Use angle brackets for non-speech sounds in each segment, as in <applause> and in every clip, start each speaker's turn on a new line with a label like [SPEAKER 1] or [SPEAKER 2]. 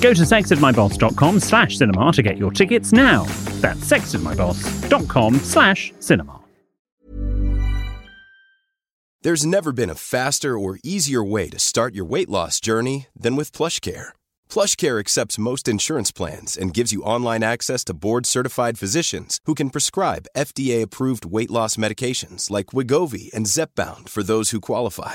[SPEAKER 1] Go to sexedmyboss.com slash cinema to get your tickets now. That's sexedmyboss.com slash cinema.
[SPEAKER 2] There's never been a faster or easier way to start your weight loss journey than with PlushCare. PlushCare accepts most insurance plans and gives you online access to board-certified physicians who can prescribe FDA-approved weight loss medications like Wigovi and Zepbound for those who qualify.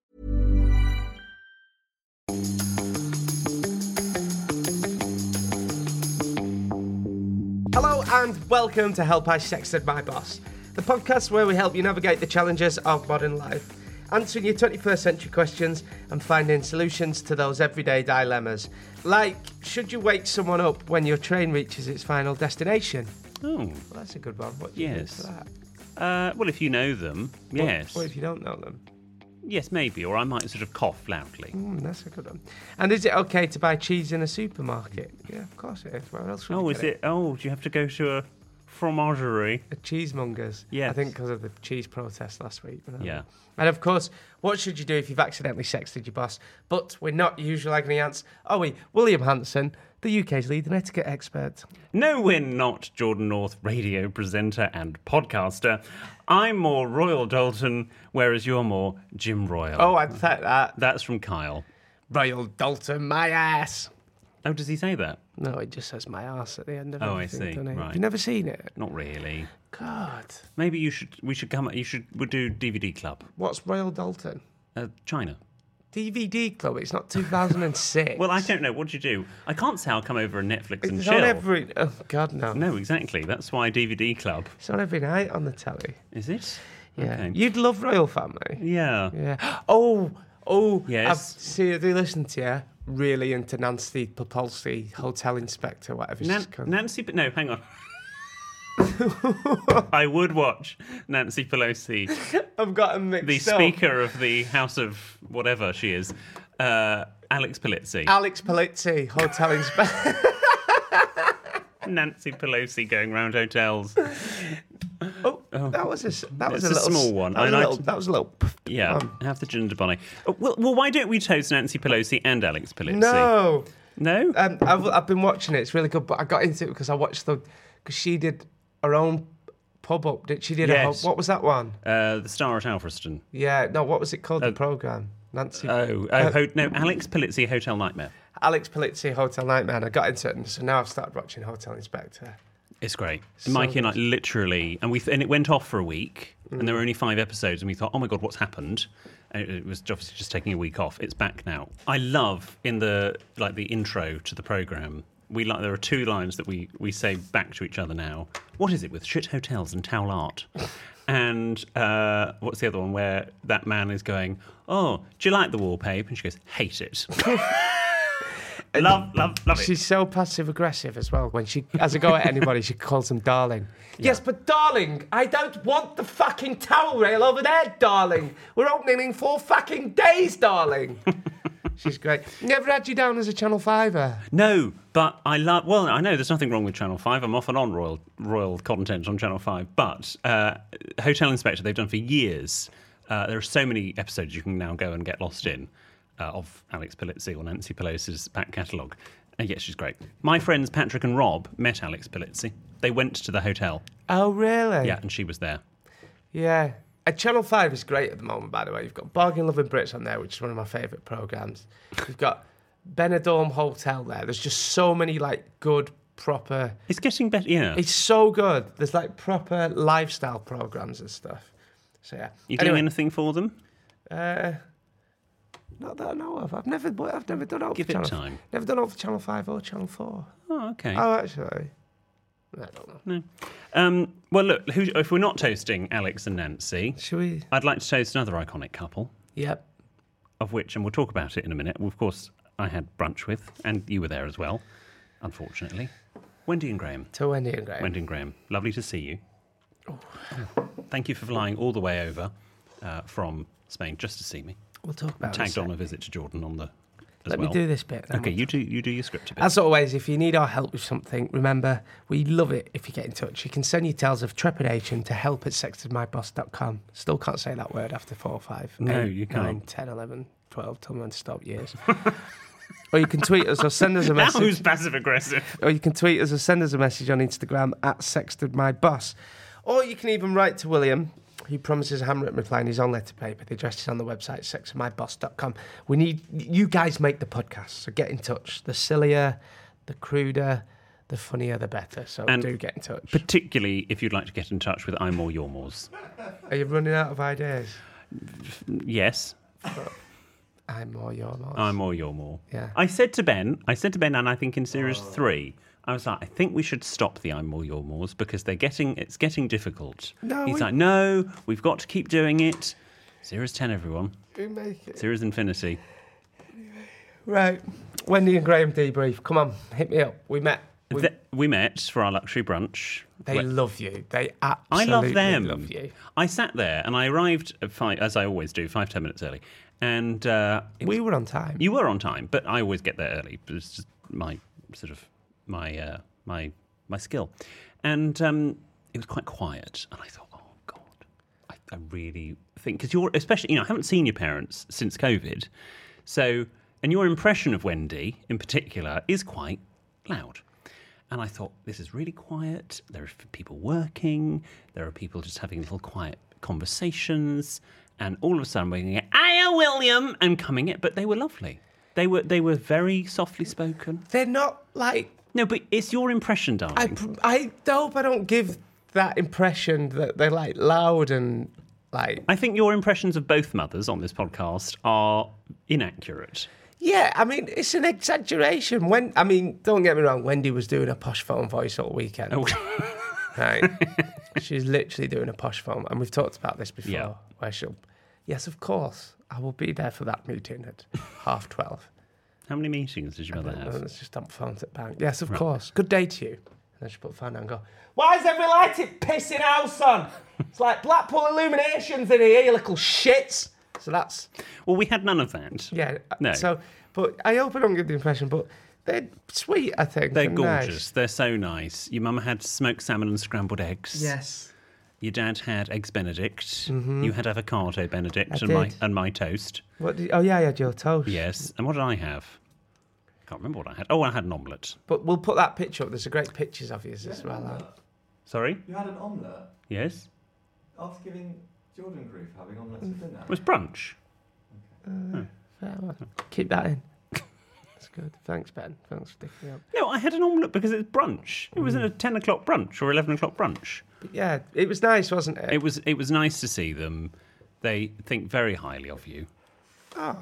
[SPEAKER 3] Hello and welcome to Help I Sexted My Boss, the podcast where we help you navigate the challenges of modern life, answering your 21st century questions and finding solutions to those everyday dilemmas. Like, should you wake someone up when your train reaches its final destination?
[SPEAKER 4] Oh,
[SPEAKER 3] Well, that's a good one. What do you
[SPEAKER 4] Yes.
[SPEAKER 3] think for that?
[SPEAKER 4] uh, well, if you know them, yes.
[SPEAKER 3] What if you don't know them?
[SPEAKER 4] Yes, maybe, or I might sort of cough loudly.
[SPEAKER 3] Hmm, that's a good one. And is it okay to buy cheese in a supermarket? Yeah, of course it is. Where else would you
[SPEAKER 4] Oh,
[SPEAKER 3] get
[SPEAKER 4] is it? Oh, do you have to go to a fromagerie?
[SPEAKER 3] A cheesemongers. I
[SPEAKER 4] Yes.
[SPEAKER 3] think because of the cheese protest last week. wasn't it?
[SPEAKER 4] Yeah.
[SPEAKER 3] And of course, what should you do if you've accidentally sexted your boss? But we're not usual agony ants, are we? William Hanson, the UK's leading etiquette expert.
[SPEAKER 4] No, we're not Jordan North, radio presenter and podcaster. I'm more Royal Dalton, whereas you're more Jim Royal.
[SPEAKER 3] Oh, I'd take that.
[SPEAKER 4] that's from Kyle.
[SPEAKER 3] Royal Dalton, my ass.
[SPEAKER 4] Oh, does he say that?
[SPEAKER 3] No, it just says my ass at the end of it.
[SPEAKER 4] Oh, I see.
[SPEAKER 3] Doesn't it?
[SPEAKER 4] Right.
[SPEAKER 3] You've never seen it?
[SPEAKER 4] Not really.
[SPEAKER 3] God.
[SPEAKER 4] Maybe you should. We should come. You should. We'll do DVD club.
[SPEAKER 3] What's Royal Dalton?
[SPEAKER 4] Uh, China.
[SPEAKER 3] DVD club. It's not
[SPEAKER 4] <laughs>
[SPEAKER 3] 2006.
[SPEAKER 4] Well, I don't know. What do you do? I can't say I'll come over and Netflix and
[SPEAKER 3] It's
[SPEAKER 4] chill.
[SPEAKER 3] on every. Oh, God, no.
[SPEAKER 4] No, exactly. That's why DVD club.
[SPEAKER 3] It's on every night on the telly.
[SPEAKER 4] Is it?
[SPEAKER 3] Yeah.
[SPEAKER 4] Okay.
[SPEAKER 3] You'd love Royal Family.
[SPEAKER 4] Yeah.
[SPEAKER 3] Yeah. Oh, oh. I've,
[SPEAKER 4] Yes.
[SPEAKER 3] see, I do listen to you. Really into Nancy Popolsky, hotel inspector, whatever she's
[SPEAKER 4] Nan-
[SPEAKER 3] called.
[SPEAKER 4] Nancy, but no, hang
[SPEAKER 3] <laughs>
[SPEAKER 4] on. I would watch Nancy Pelosi,
[SPEAKER 3] I've got them mixed
[SPEAKER 4] the
[SPEAKER 3] up.
[SPEAKER 4] Speaker of the House of whatever she is, uh, Alex Polizzi.
[SPEAKER 3] Alex Polizzi,
[SPEAKER 4] <laughs>
[SPEAKER 3] hotel inspector.
[SPEAKER 4] Nancy Pelosi going round hotels.
[SPEAKER 3] oh, that was a s- that was
[SPEAKER 4] It's a
[SPEAKER 3] little
[SPEAKER 4] small
[SPEAKER 3] s-
[SPEAKER 4] one.
[SPEAKER 3] That was,
[SPEAKER 4] I
[SPEAKER 3] a
[SPEAKER 4] like-
[SPEAKER 3] little, that was a little.
[SPEAKER 4] Yeah,
[SPEAKER 3] Um,
[SPEAKER 4] have the ginger bonnet. Oh, well, well, why don't we toast Nancy Pelosi and Alex Pelosi?
[SPEAKER 3] No,
[SPEAKER 4] No?
[SPEAKER 3] um, I've I've been watching it. It's really good, but I got into it because I watched the because she did her own pub up. Did she did a
[SPEAKER 4] Yes.
[SPEAKER 3] ho- what was that one?
[SPEAKER 4] Uh, the star at Alfriston.
[SPEAKER 3] Yeah, Uh, no, what was it called?
[SPEAKER 4] Uh,
[SPEAKER 3] the program. Nancy.
[SPEAKER 4] Oh, oh ho- no, Alex Polizzi, Hotel Nightmare.
[SPEAKER 3] Alex Polizzi, Hotel Nightmare. and I got into it, and so now I've started watching Hotel Inspector.
[SPEAKER 4] It's great. Mikey and I literally, and we th- and it went off for a week, and there were only five episodes, and we thought, oh my god, what's happened? And it, it was obviously just taking a week off. It's back now. I love in the like the intro to the program. We like there are two lines that we we say back to each other now. What is it with shit hotels and towel art? And uh, what's the other one where that man is going? Oh, do you like the wallpaper? And she goes, hate it. love, love, love it.
[SPEAKER 3] She's so passive aggressive as well. When she has a go at anybody, she calls them darling. <laughs> Yes, but darling, I don't want the fucking towel rail over there, darling. We're opening in four fucking days, darling. <laughs> She's great. Never had you down as a Channel Fiver.
[SPEAKER 4] No, but I love. Well, I know there's nothing wrong with Channel Five. I'm off and on royal royal content on Channel Five, but uh, Hotel Inspector they've done for years. Uh, there are so many episodes you can now go and get lost in uh, of Alex Polizzi or Nancy Pelosi's back catalogue. Uh, yeah, she's great. My friends Patrick and Rob met Alex Polizzi. They went to the hotel.
[SPEAKER 3] Oh, really?
[SPEAKER 4] Yeah, and she was there.
[SPEAKER 3] Yeah. Uh, Channel 5 is great at the moment, by the way. You've got Bargain Loving Brits on there, which is one of my favourite programmes. You've got Benidorm Hotel there. There's just so many, like, good, proper...
[SPEAKER 4] It's getting better. Yeah,
[SPEAKER 3] It's so good. There's, like, proper lifestyle programmes and stuff. So, yeah.
[SPEAKER 4] you doing
[SPEAKER 3] Anyway,
[SPEAKER 4] anything for them?
[SPEAKER 3] Uh, not that I know of. I've never, but I've never done out
[SPEAKER 4] Give
[SPEAKER 3] for
[SPEAKER 4] it
[SPEAKER 3] Channel,
[SPEAKER 4] time.
[SPEAKER 3] Never done out for Channel 5 or Channel 4.
[SPEAKER 4] Oh, okay.
[SPEAKER 3] Oh, actually. I don't know.
[SPEAKER 4] no. Um, well, look. Who, if we're not toasting Alex and Nancy,
[SPEAKER 3] Should we?
[SPEAKER 4] I'd like to toast another iconic couple,
[SPEAKER 3] Yep.
[SPEAKER 4] of which, and we'll talk about it in a minute. Of course, I had brunch with, and you were there as well, unfortunately. Wendy and Graham.
[SPEAKER 3] To Wendy and Graham.
[SPEAKER 4] Wendy and Graham, lovely to see you. Oh. Thank you for flying all the way over uh, from Spain just to see me.
[SPEAKER 3] We'll talk about
[SPEAKER 4] Tagged
[SPEAKER 3] this.
[SPEAKER 4] on a visit to Jordan on the. As
[SPEAKER 3] Let
[SPEAKER 4] well.
[SPEAKER 3] me do this bit. then
[SPEAKER 4] Okay,
[SPEAKER 3] we'll
[SPEAKER 4] you do you do your script a bit.
[SPEAKER 3] As always, if you need our help with something, remember, we love it if you get in touch. You can send your tales of trepidation to help at sextedmyboss.com. Still can't say that word after 4, 5,
[SPEAKER 4] No,
[SPEAKER 3] eight,
[SPEAKER 4] you
[SPEAKER 3] 9,
[SPEAKER 4] can't.
[SPEAKER 3] 10, 11, 12, till man stop years. <laughs> or you can tweet us or send
[SPEAKER 4] <laughs>
[SPEAKER 3] us a
[SPEAKER 4] now
[SPEAKER 3] message.
[SPEAKER 4] who's passive aggressive?
[SPEAKER 3] Or you can tweet us or send us a message on Instagram at sextedmyboss. Or you can even write to William. He promises a handwritten reply in his own letter paper. The address is on the website, sexandmyboss.com. We need you guys make the podcast, so get in touch. The sillier, the cruder, the funnier, the better. So
[SPEAKER 4] And-
[SPEAKER 3] do get in touch.
[SPEAKER 4] Particularly if you'd like to get in touch with I'm or Your Mores.
[SPEAKER 3] Are you running out of ideas?
[SPEAKER 4] Yes,
[SPEAKER 3] I'm more your more.
[SPEAKER 4] I'm or Your More.
[SPEAKER 3] Yeah. Oh.
[SPEAKER 4] I said to Ben, I said to Ben, and I think in series three, I was like, I think we should stop the I'm or Your Mores because they're getting it's getting difficult.
[SPEAKER 3] No,
[SPEAKER 4] He's
[SPEAKER 3] we-
[SPEAKER 4] like, no, we've got to keep doing it. Series ten, everyone.
[SPEAKER 3] Who make it?
[SPEAKER 4] Series infinity.
[SPEAKER 3] Right. Wendy and Graham debrief. Come on, hit me up. We met. We,
[SPEAKER 4] Th- we met for our luxury brunch.
[SPEAKER 3] they
[SPEAKER 4] Where-
[SPEAKER 3] love you. They
[SPEAKER 4] I love
[SPEAKER 3] absolutely
[SPEAKER 4] them.
[SPEAKER 3] love you.
[SPEAKER 4] I sat there and I arrived at five, as I always do, five ten minutes early. And uh, it
[SPEAKER 3] We
[SPEAKER 4] was-
[SPEAKER 3] were on time.
[SPEAKER 4] you were on time, but I always get there early. It's just my sort of my uh, my my skill. And um, it was quite quiet, and I thought, oh god, I, I really think because you're especially you know I haven't seen your parents since COVID, so and your impression of Wendy in particular is quite loud. And I thought, this is really quiet. There are f- people working. There are people just having little quiet conversations. And all of a sudden, we're going to get, Hiya, William! And coming in. But they were lovely. They were they were very softly spoken.
[SPEAKER 3] They're not like
[SPEAKER 4] No, but it's your impression, darling.
[SPEAKER 3] I. I hope I don't give that impression that they're like loud and like.
[SPEAKER 4] I think your impressions of both mothers on this podcast are inaccurate.
[SPEAKER 3] Yeah, I mean it's an exaggeration. When I mean, don't get me wrong. Wendy was doing a posh phone voice all weekend.
[SPEAKER 4] Oh.
[SPEAKER 3] Right,
[SPEAKER 4] <laughs>
[SPEAKER 3] she's literally doing a posh phone, and we've talked about this before.
[SPEAKER 4] Yeah.
[SPEAKER 3] Where she'll, yes, of course, I will be there for that meeting at half twelve.
[SPEAKER 4] How many meetings did your mother
[SPEAKER 3] And
[SPEAKER 4] have?
[SPEAKER 3] it's just on phones at bank. Yes, of course. Good day to you. And then she put the phone down and go, Why is every lighted pissing house on? It's like Blackpool illuminations in here, you little shits. So that's,
[SPEAKER 4] Well, we had none of that.
[SPEAKER 3] yeah. uh,
[SPEAKER 4] No.
[SPEAKER 3] So, but I hope I don't give the impression, but they're sweet, I think.
[SPEAKER 4] They're
[SPEAKER 3] and nice.
[SPEAKER 4] gorgeous. They're so nice. Your mum had smoked salmon and scrambled eggs.
[SPEAKER 3] Yes.
[SPEAKER 4] Your dad had eggs Benedict. You had avocado Benedict and
[SPEAKER 3] Mm-hmm. did.
[SPEAKER 4] my and my toast.
[SPEAKER 3] What did, oh, yeah, I had your toast.
[SPEAKER 4] Yes. And what did I have? Can't remember what I had. Oh, I had an omelette.
[SPEAKER 3] But we'll put that picture up. There's a great pictures of yours as well. aren't there?
[SPEAKER 4] Sorry.
[SPEAKER 5] You had an omelette
[SPEAKER 4] Yes.
[SPEAKER 5] after giving Jordan grief having omelettes for dinner.
[SPEAKER 4] It was brunch.
[SPEAKER 3] Yeah, well, Oh, keep
[SPEAKER 4] <laughs>
[SPEAKER 3] that in. That's good. Thanks, Ben. Thanks for sticking up.
[SPEAKER 4] No, I had an omelette because it's brunch. It was in a
[SPEAKER 3] Mm.
[SPEAKER 4] ten o'clock brunch or eleven o'clock brunch.
[SPEAKER 3] But yeah, it was nice, wasn't it?
[SPEAKER 4] It was. It was nice to see them. They think very highly of you.
[SPEAKER 3] Of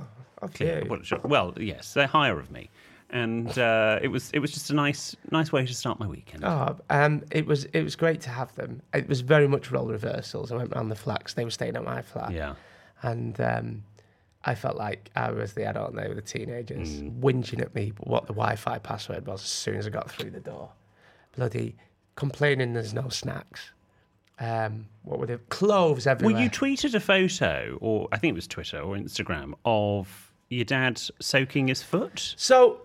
[SPEAKER 4] Yeah,
[SPEAKER 3] you.
[SPEAKER 4] Well, sure. Well, yes, they're higher of me, and uh, it was. It was just a nice, nice way to start my weekend.
[SPEAKER 3] Oh, um, it was it was great to have them. It was very much role reversals. I went round the flats. They were staying at my flat,
[SPEAKER 4] Yeah.
[SPEAKER 3] and um, I felt like I was the adult and they were the teenagers,
[SPEAKER 4] Mm.
[SPEAKER 3] whinging at me what the Wi-Fi password was as soon as I got through the door. Bloody complaining there's no snacks. Um, what were the cloves everywhere?
[SPEAKER 4] Well, you tweeted a photo, or I think it was Twitter or Instagram, of your dad soaking his foot.
[SPEAKER 3] So,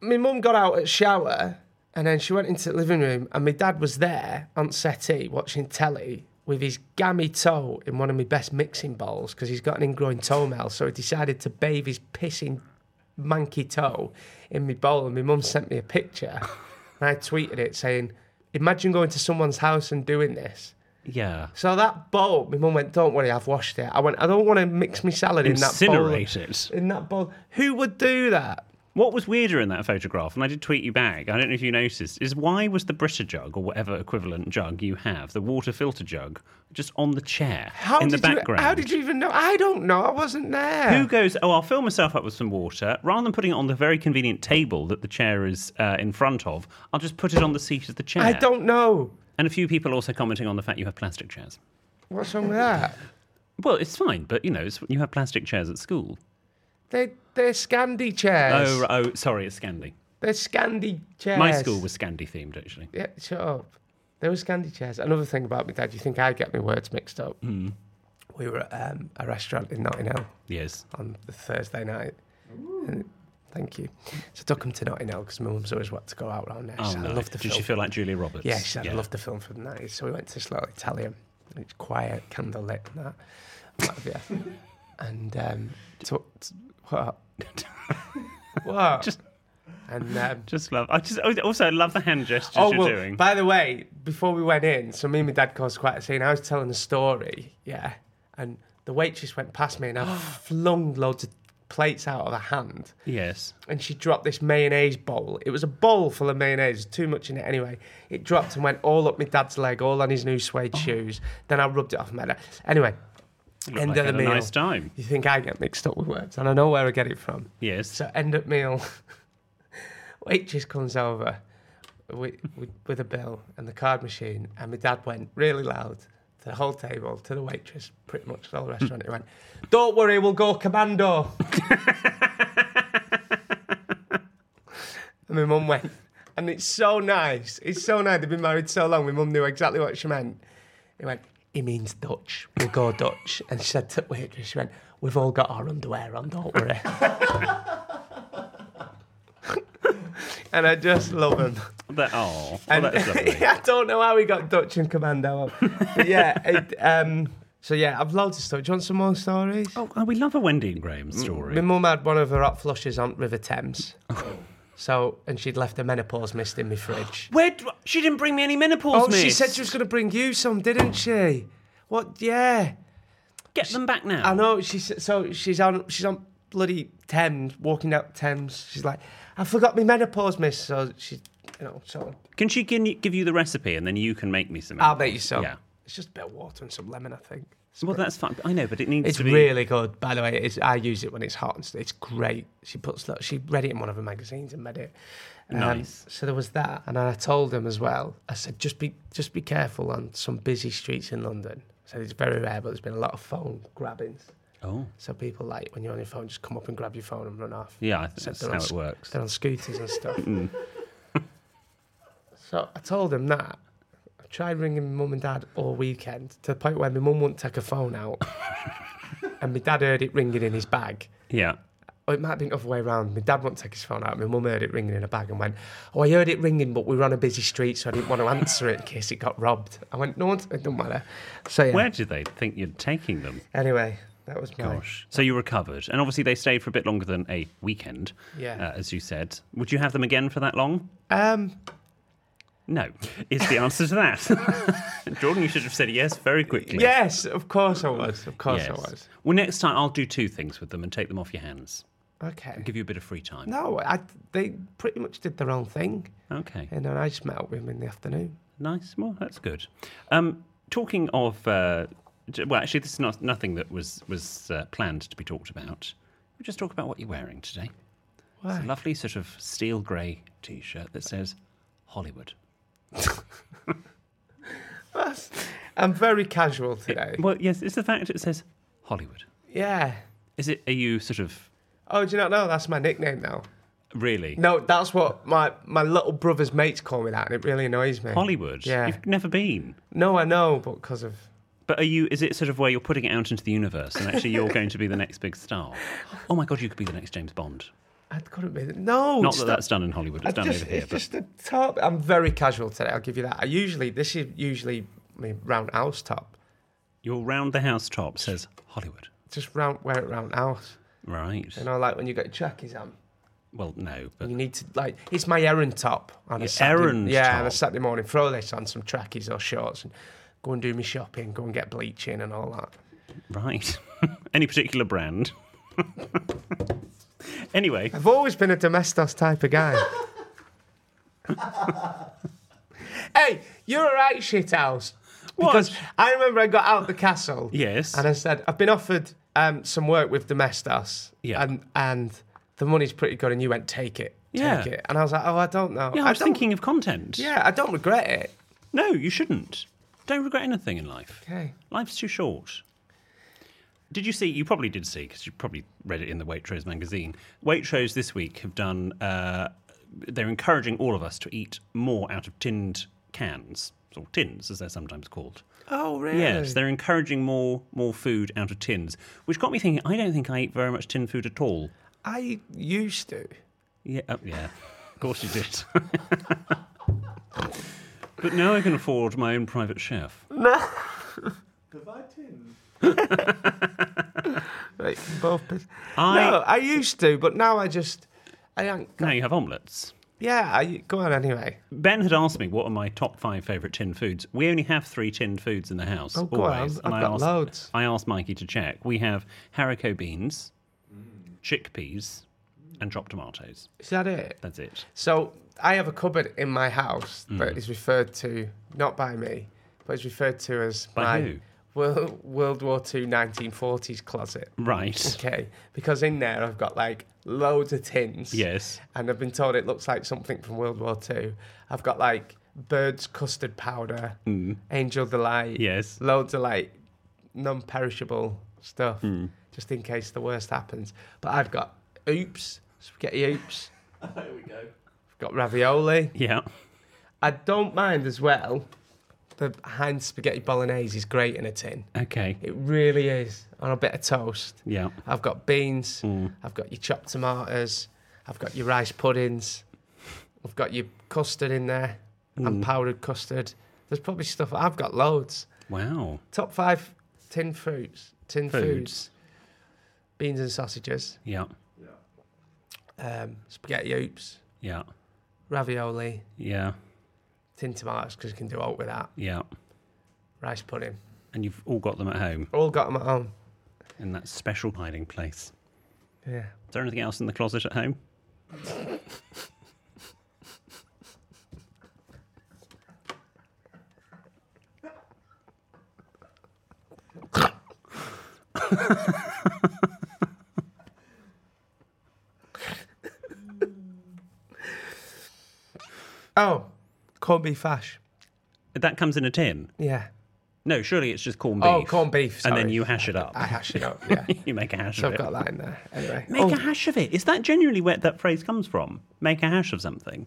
[SPEAKER 3] my mum got out at shower, and then she went into the living room, and my dad was there on settee watching telly with his gammy toe in one of my best mixing bowls because he's got an ingrowing toenail. So he decided to bathe his pissing manky toe in my bowl, and my mum sent me a picture, and I tweeted it saying, "Imagine going to someone's house and doing this."
[SPEAKER 4] Yeah.
[SPEAKER 3] So that bowl, my mum went, "Don't worry, I've washed it." I went, "I don't want to mix my salad in that bowl."
[SPEAKER 4] Incinerate it.
[SPEAKER 3] In that bowl, who would do that?
[SPEAKER 4] What was weirder in that photograph, and I did tweet you back, I don't know if you noticed, is why was the Brita jug or whatever equivalent jug you have, the water filter jug, just on the chair
[SPEAKER 3] How
[SPEAKER 4] in
[SPEAKER 3] did
[SPEAKER 4] the background?
[SPEAKER 3] you? How did you even know? I don't know. I wasn't there.
[SPEAKER 4] Who goes, oh, I'll fill myself up with some water, rather than putting it on the very convenient table that the chair is uh, in front of, I'll just put it on the seat of the chair.
[SPEAKER 3] I don't know.
[SPEAKER 4] And a few people also commenting on the fact you have plastic chairs.
[SPEAKER 3] What's wrong with that?
[SPEAKER 4] Well, it's fine, but you know, it's, you have plastic chairs at school.
[SPEAKER 3] They they're Scandi chairs.
[SPEAKER 4] Oh, ri- oh, sorry, it's Scandi.
[SPEAKER 3] They're Scandi chairs.
[SPEAKER 4] My school was Scandi themed, actually.
[SPEAKER 3] Yeah, shut up. There was candy chairs. Another thing about my dad, you think I get my words mixed up?
[SPEAKER 4] Hmm.
[SPEAKER 3] Mm. We were at um, a restaurant in Notting Hill
[SPEAKER 4] Yes.
[SPEAKER 3] on the Thursday night. And- thank you. So I took him to Notting Hill because my mum's always wanted to go out around there.
[SPEAKER 4] Oh,
[SPEAKER 3] so
[SPEAKER 4] no.
[SPEAKER 3] I love the
[SPEAKER 4] Did
[SPEAKER 3] film.
[SPEAKER 4] she feel like Julia Roberts?
[SPEAKER 3] Yeah, she said, I love the film from the 90s. So we went to this little Italian. and It's quiet, candlelit, and that. What have you.
[SPEAKER 4] <laughs>
[SPEAKER 3] And um, took. What? <laughs> what?
[SPEAKER 4] Just-
[SPEAKER 3] And um,
[SPEAKER 4] Just love. I just also I love the hand gestures
[SPEAKER 3] Oh,
[SPEAKER 4] you're doing.
[SPEAKER 3] By the way, before we went in, so me and my dad caused quite a scene. I was telling a story, yeah, and the waitress went past me
[SPEAKER 4] <gasps>
[SPEAKER 3] and I flung loads of plates out of her hand
[SPEAKER 4] yes.
[SPEAKER 3] and she dropped this mayonnaise bowl. It was a bowl full of mayonnaise, too much in it anyway. It dropped and went all up my dad's leg, all on his new suede shoes. Then I rubbed it off my dad. Anyway,
[SPEAKER 4] Looked
[SPEAKER 3] end
[SPEAKER 4] like
[SPEAKER 3] of
[SPEAKER 4] you
[SPEAKER 3] the
[SPEAKER 4] had
[SPEAKER 3] meal.
[SPEAKER 4] a nice time.
[SPEAKER 3] You think I get mixed up with words, and I know where I get it from.
[SPEAKER 4] Yes.
[SPEAKER 3] So end up meal, <laughs> waitress comes over with, with, with a bill and the card machine, and my dad went really loud to the whole table, to the waitress, pretty much the whole restaurant. He went, "Don't worry, we'll go commando." <laughs> and my mum went, and it's so nice. It's so nice. They've been married so long. My mum knew exactly what she meant. He went, he means Dutch. We'll go Dutch. And she said to the waitress, she went, we've all got our underwear on, don't worry. and I just love
[SPEAKER 4] <laughs>
[SPEAKER 3] him.
[SPEAKER 4] That, oh, well,
[SPEAKER 3] And
[SPEAKER 4] that
[SPEAKER 3] <laughs>
[SPEAKER 4] is lovely.
[SPEAKER 3] I don't know how we got Dutch and Commando up.
[SPEAKER 4] <laughs>
[SPEAKER 3] But yeah, it, um, so yeah, I've loads of stuff. Do you want some more stories?
[SPEAKER 4] Oh, oh, we love a Wendy and Graham
[SPEAKER 3] Mm,
[SPEAKER 4] story.
[SPEAKER 3] My mum had one of her hot flushes on River Thames.
[SPEAKER 4] Oh.
[SPEAKER 3] So, and she'd left a menopause mist in
[SPEAKER 4] <laughs>
[SPEAKER 3] my fridge.
[SPEAKER 4] Where d- she didn't bring me any menopause.
[SPEAKER 3] Oh, she
[SPEAKER 4] miss.
[SPEAKER 3] said she was going to bring you some, didn't she? What? Yeah.
[SPEAKER 4] get them back now.
[SPEAKER 3] I know. She's so she's on she's on bloody Thames, walking up Thames. She's like, I forgot my menopause, miss. So she, you know, so
[SPEAKER 4] Can she can give you the recipe and then you can make me some?
[SPEAKER 3] I'll make you some.
[SPEAKER 4] Yeah.
[SPEAKER 3] It's just a bit of water and some lemon, I think.
[SPEAKER 4] Well, that's fine. I know, but it needs
[SPEAKER 3] It's
[SPEAKER 4] to be.
[SPEAKER 3] really good, by the way. It's, I use it when it's hot and stuff. It's great. She puts that. She read it in one of her magazines and read it. Um,
[SPEAKER 4] Nice.
[SPEAKER 3] So there was that, and I told him as well. I said, just be just be careful on some busy streets in London. I said it's very rare, but there's been a lot of phone grabbings.
[SPEAKER 4] Oh,
[SPEAKER 3] So people like when you're on your phone, just come up and grab your phone and run off.
[SPEAKER 4] yeah. I think that's
[SPEAKER 3] Except they're
[SPEAKER 4] how
[SPEAKER 3] on
[SPEAKER 4] it
[SPEAKER 3] sc-
[SPEAKER 4] works. Mm.
[SPEAKER 3] They're on scooters
[SPEAKER 4] <laughs>
[SPEAKER 3] and stuff. so I told him that. I tried ringing my mum and dad all weekend to the point where my mum wouldn't take her
[SPEAKER 4] <laughs>
[SPEAKER 3] phone out. and my dad heard it ringing in his bag.
[SPEAKER 4] Yeah.
[SPEAKER 3] Oh, it might have been the other way around. My dad wouldn't take his phone out. My mum heard it ringing in a bag and went, Oh, I heard it ringing, but we were on a busy street, so I didn't want to answer it in case it got robbed. I went, No, it doesn't matter. So, yeah.
[SPEAKER 4] Where do they think you're taking them?
[SPEAKER 3] Anyway, that was my.
[SPEAKER 4] Gosh. So you recovered, and obviously they stayed for a bit longer than a weekend.
[SPEAKER 3] Yeah.
[SPEAKER 4] Uh, as you said, would you have them again for that long?
[SPEAKER 3] Um,
[SPEAKER 4] No, is the answer to that. <laughs> Jordan, you should have said yes very quickly.
[SPEAKER 3] yes, of course I was. Of course
[SPEAKER 4] Yes.
[SPEAKER 3] I was.
[SPEAKER 4] Well, next time I'll do two things with them and take them off your hands.
[SPEAKER 3] Okay.
[SPEAKER 4] Give you a bit of free time.
[SPEAKER 3] No, I, they pretty much did their own thing.
[SPEAKER 4] Okay.
[SPEAKER 3] And then I just met up with him in the afternoon.
[SPEAKER 4] Nice. Well, that's good. Um, talking of, uh, j- well, actually, this is not nothing that was was uh, planned to be talked about. We just talk about what you're wearing today. It's a
[SPEAKER 3] Why?
[SPEAKER 4] lovely sort of steel grey T-shirt that says Hollywood.
[SPEAKER 3] I'm very casual today.
[SPEAKER 4] Well, yes, it's the fact it says Hollywood.
[SPEAKER 3] yeah.
[SPEAKER 4] Is it? Are you sort of
[SPEAKER 3] Oh, do you not know? That's my nickname now.
[SPEAKER 4] really
[SPEAKER 3] No, that's what my, my little brother's mates call me that, and it really annoys me.
[SPEAKER 4] Hollywood?
[SPEAKER 3] Yeah.
[SPEAKER 4] You've never been.
[SPEAKER 3] No, I know, but because of.
[SPEAKER 4] But are you? Is it sort of where you're putting it out into the universe, and actually you're going to be the next big
[SPEAKER 3] <laughs>
[SPEAKER 4] star? Oh my God, you could be the next James Bond.
[SPEAKER 3] I couldn't be. No,
[SPEAKER 4] Not that
[SPEAKER 3] stop.
[SPEAKER 4] that's done in Hollywood; it's
[SPEAKER 3] I
[SPEAKER 4] done
[SPEAKER 3] just-
[SPEAKER 4] over here.
[SPEAKER 3] It's
[SPEAKER 4] But
[SPEAKER 3] just a top. I'm very casual today. I'll give you that. I usually this is usually my round house top.
[SPEAKER 4] your round the house top says Hollywood,
[SPEAKER 3] Just round wear it round house.
[SPEAKER 4] right?
[SPEAKER 3] You know, like when you got your trackies on.
[SPEAKER 4] Well, no, but
[SPEAKER 3] um, You need to like it's my errand top on a
[SPEAKER 4] Your
[SPEAKER 3] Saturday,
[SPEAKER 4] errand
[SPEAKER 3] yeah, on a
[SPEAKER 4] top.
[SPEAKER 3] Saturday morning. Throw this on some trackies or shorts and go and do my shopping. Go and get bleaching and all that.
[SPEAKER 4] right. <laughs> Any particular brand? <laughs> anyway,
[SPEAKER 3] I've always been a domestos type of guy. <laughs> hey, you're a right shit house.
[SPEAKER 4] What?
[SPEAKER 3] Because I remember I got out of the castle.
[SPEAKER 4] Yes.
[SPEAKER 3] And I said, I've been offered um, some work with Domestos.
[SPEAKER 4] Yeah.
[SPEAKER 3] And and the money's pretty good. And you went, take it.
[SPEAKER 4] Yeah.
[SPEAKER 3] Take it. And I was like, oh, I don't know.
[SPEAKER 4] yeah, I was
[SPEAKER 3] don't-
[SPEAKER 4] thinking of content.
[SPEAKER 3] Yeah, I don't regret it.
[SPEAKER 4] No, you shouldn't. Don't regret anything in life.
[SPEAKER 3] Okay.
[SPEAKER 4] Life's too short. Did you see? You probably did see because you probably read it in the Waitrose magazine. Waitrose this week have done. Uh, they're encouraging all of us to eat more out of tinned cans or tins, as they're sometimes called.
[SPEAKER 3] Oh, really?
[SPEAKER 4] Yes, they're encouraging more more food out of tins, which got me thinking. I don't think I eat very much tin food at all.
[SPEAKER 3] I used to.
[SPEAKER 4] Yeah, uh, yeah. Of course you did. <laughs> but now I can afford my own private chef.
[SPEAKER 5] Divide tins.
[SPEAKER 3] Right, both. pis-
[SPEAKER 4] I-
[SPEAKER 3] No, I used to, but now I just. I ain't.
[SPEAKER 4] Now you have omelettes.
[SPEAKER 3] Yeah, I, go on anyway.
[SPEAKER 4] Ben had asked me what are my top five favourite tin foods. We only have three tin foods in the house.
[SPEAKER 3] Oh, go on.
[SPEAKER 4] always.
[SPEAKER 3] I've
[SPEAKER 4] I
[SPEAKER 3] got
[SPEAKER 4] asked,
[SPEAKER 3] loads.
[SPEAKER 4] I asked Mikey to check. We have haricot beans, chickpeas, and drop tomatoes.
[SPEAKER 3] Is that it?
[SPEAKER 4] That's it.
[SPEAKER 3] So I have a cupboard in my house
[SPEAKER 4] Mm.
[SPEAKER 3] that is referred to not by me, but is referred to as
[SPEAKER 4] By
[SPEAKER 3] my
[SPEAKER 4] who?
[SPEAKER 3] World, World War II 1940s closet.
[SPEAKER 4] Mm.
[SPEAKER 3] <laughs>
[SPEAKER 4] Right.
[SPEAKER 3] Okay, because in there I've got like loads of tins.
[SPEAKER 4] Yes.
[SPEAKER 3] And I've been told it looks like something from World War II. I've got like Bird's custard powder, Angel Delight.
[SPEAKER 4] Yes.
[SPEAKER 3] Loads of like non perishable stuff just in case the worst happens. But I've got oops, spaghetti oops.
[SPEAKER 5] <laughs> There we go.
[SPEAKER 3] I've got ravioli.
[SPEAKER 4] Yeah.
[SPEAKER 3] I don't mind as well. The Heinz spaghetti bolognese is great in a tin.
[SPEAKER 4] Okay.
[SPEAKER 3] It really is. On a bit of toast.
[SPEAKER 4] Yeah.
[SPEAKER 3] I've got beans. I've got your chopped tomatoes. I've got your rice puddings. I've got your custard in there and powdered custard. There's probably stuff. I've got loads.
[SPEAKER 4] Wow.
[SPEAKER 3] Top five tin fruits, tin foods,
[SPEAKER 4] Foods.
[SPEAKER 3] beans and sausages,
[SPEAKER 4] Yeah.
[SPEAKER 3] um, spaghetti oops,
[SPEAKER 4] Yeah.
[SPEAKER 3] ravioli,
[SPEAKER 4] Yeah.
[SPEAKER 3] tin tomatoes because you can do out with that.
[SPEAKER 4] Yeah.
[SPEAKER 3] Rice pudding.
[SPEAKER 4] And you've all got them at home
[SPEAKER 3] All got them at home.
[SPEAKER 4] in that special hiding place.
[SPEAKER 3] Yeah.
[SPEAKER 4] Is there anything else in the closet at home?
[SPEAKER 3] Oh, corned beef hash.
[SPEAKER 4] That comes in a tin.
[SPEAKER 3] Yeah.
[SPEAKER 4] No, surely it's just corned beef.
[SPEAKER 3] Oh, corned beef.
[SPEAKER 4] And then
[SPEAKER 3] sorry.
[SPEAKER 4] you hash it up.
[SPEAKER 3] I hash it up. Yeah.
[SPEAKER 4] <laughs> you make a hash
[SPEAKER 3] so
[SPEAKER 4] of
[SPEAKER 3] I've
[SPEAKER 4] it.
[SPEAKER 3] got that in there. Anyway. Oh,
[SPEAKER 4] Make a hash of it. Is that genuinely where that phrase comes from? Make a hash of something.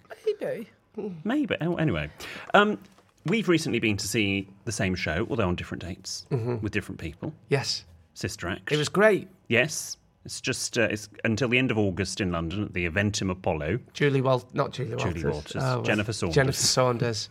[SPEAKER 3] Hmm.
[SPEAKER 4] Maybe. Oh, anyway, um, we've recently been to see the same show, although on different dates with different people.
[SPEAKER 3] Yes.
[SPEAKER 4] Sister Act.
[SPEAKER 3] Mm-hmm. It was great.
[SPEAKER 4] Yes. It's just uh, it's until the end of August in London at the Eventim Apollo.
[SPEAKER 3] Julie Walt, not Julie Walters. Oh,
[SPEAKER 4] Julie Walters.
[SPEAKER 3] well,
[SPEAKER 4] Jennifer Saunders. <laughs>
[SPEAKER 3] Jennifer Saunders.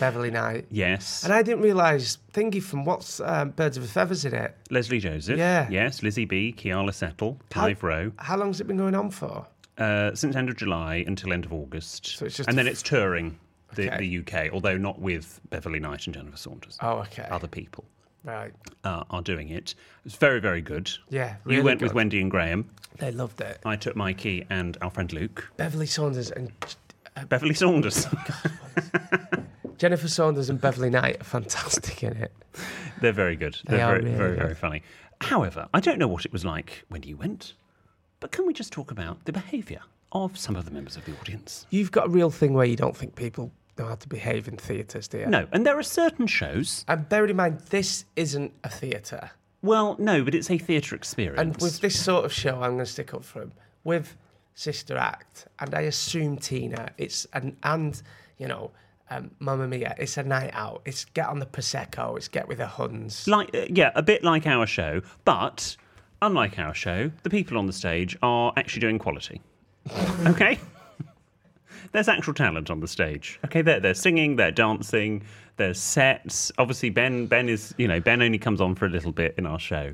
[SPEAKER 3] Beverly Knight.
[SPEAKER 4] Yes.
[SPEAKER 3] And I didn't realise Thingy from what's um, Birds of a Feather's in it.
[SPEAKER 4] Leslie Joseph.
[SPEAKER 3] Yeah.
[SPEAKER 4] Yes. Lizzie B. Kiala Settle. Clive Rowe.
[SPEAKER 3] How long's it been going on for?
[SPEAKER 4] Uh, since end of July until end of August.
[SPEAKER 3] So it's just
[SPEAKER 4] and
[SPEAKER 3] a
[SPEAKER 4] then
[SPEAKER 3] f-
[SPEAKER 4] it's touring the,
[SPEAKER 3] Okay.
[SPEAKER 4] the UK, although not with Beverly Knight and Jennifer Saunders.
[SPEAKER 3] Oh, okay.
[SPEAKER 4] Other people
[SPEAKER 3] Right.
[SPEAKER 4] uh, are doing it. It's very, very good.
[SPEAKER 3] Yeah,
[SPEAKER 4] you
[SPEAKER 3] really
[SPEAKER 4] went with
[SPEAKER 3] good.
[SPEAKER 4] Wendy and Graham.
[SPEAKER 3] They loved it.
[SPEAKER 4] I took Mikey and our friend Luke.
[SPEAKER 3] Beverly Saunders and Uh,
[SPEAKER 4] Beverly Saunders. <laughs>
[SPEAKER 3] Jennifer Saunders and Beverly Knight are fantastic in it.
[SPEAKER 4] They're very good.
[SPEAKER 3] They
[SPEAKER 4] They're
[SPEAKER 3] are
[SPEAKER 4] very,
[SPEAKER 3] really
[SPEAKER 4] very,
[SPEAKER 3] good.
[SPEAKER 4] very funny. However, I don't know what it was like when you went, but can we just talk about the behaviour of some of the members of the audience?
[SPEAKER 3] You've got a real thing where you don't think people know how to behave in theatres, do you?
[SPEAKER 4] No, and there are certain shows.
[SPEAKER 3] And bearing in mind, this isn't a theatre.
[SPEAKER 4] Well, no, but it's a theatre experience.
[SPEAKER 3] And with this sort of show, I'm going to stick up for him. With Sister Act, and I assume Tina, it's an and you know, um, Mamma Mia, it's a night out. It's get on the prosecco. It's get with the huns.
[SPEAKER 4] like uh, yeah, a bit like our show, but unlike our show, the people on the stage are actually doing
[SPEAKER 3] <laughs>
[SPEAKER 4] quality. okay? There's actual talent on the stage. Okay, they're they're singing, they're dancing, there's sets. Obviously Ben Ben is you know, Ben only comes on for a little bit in our show.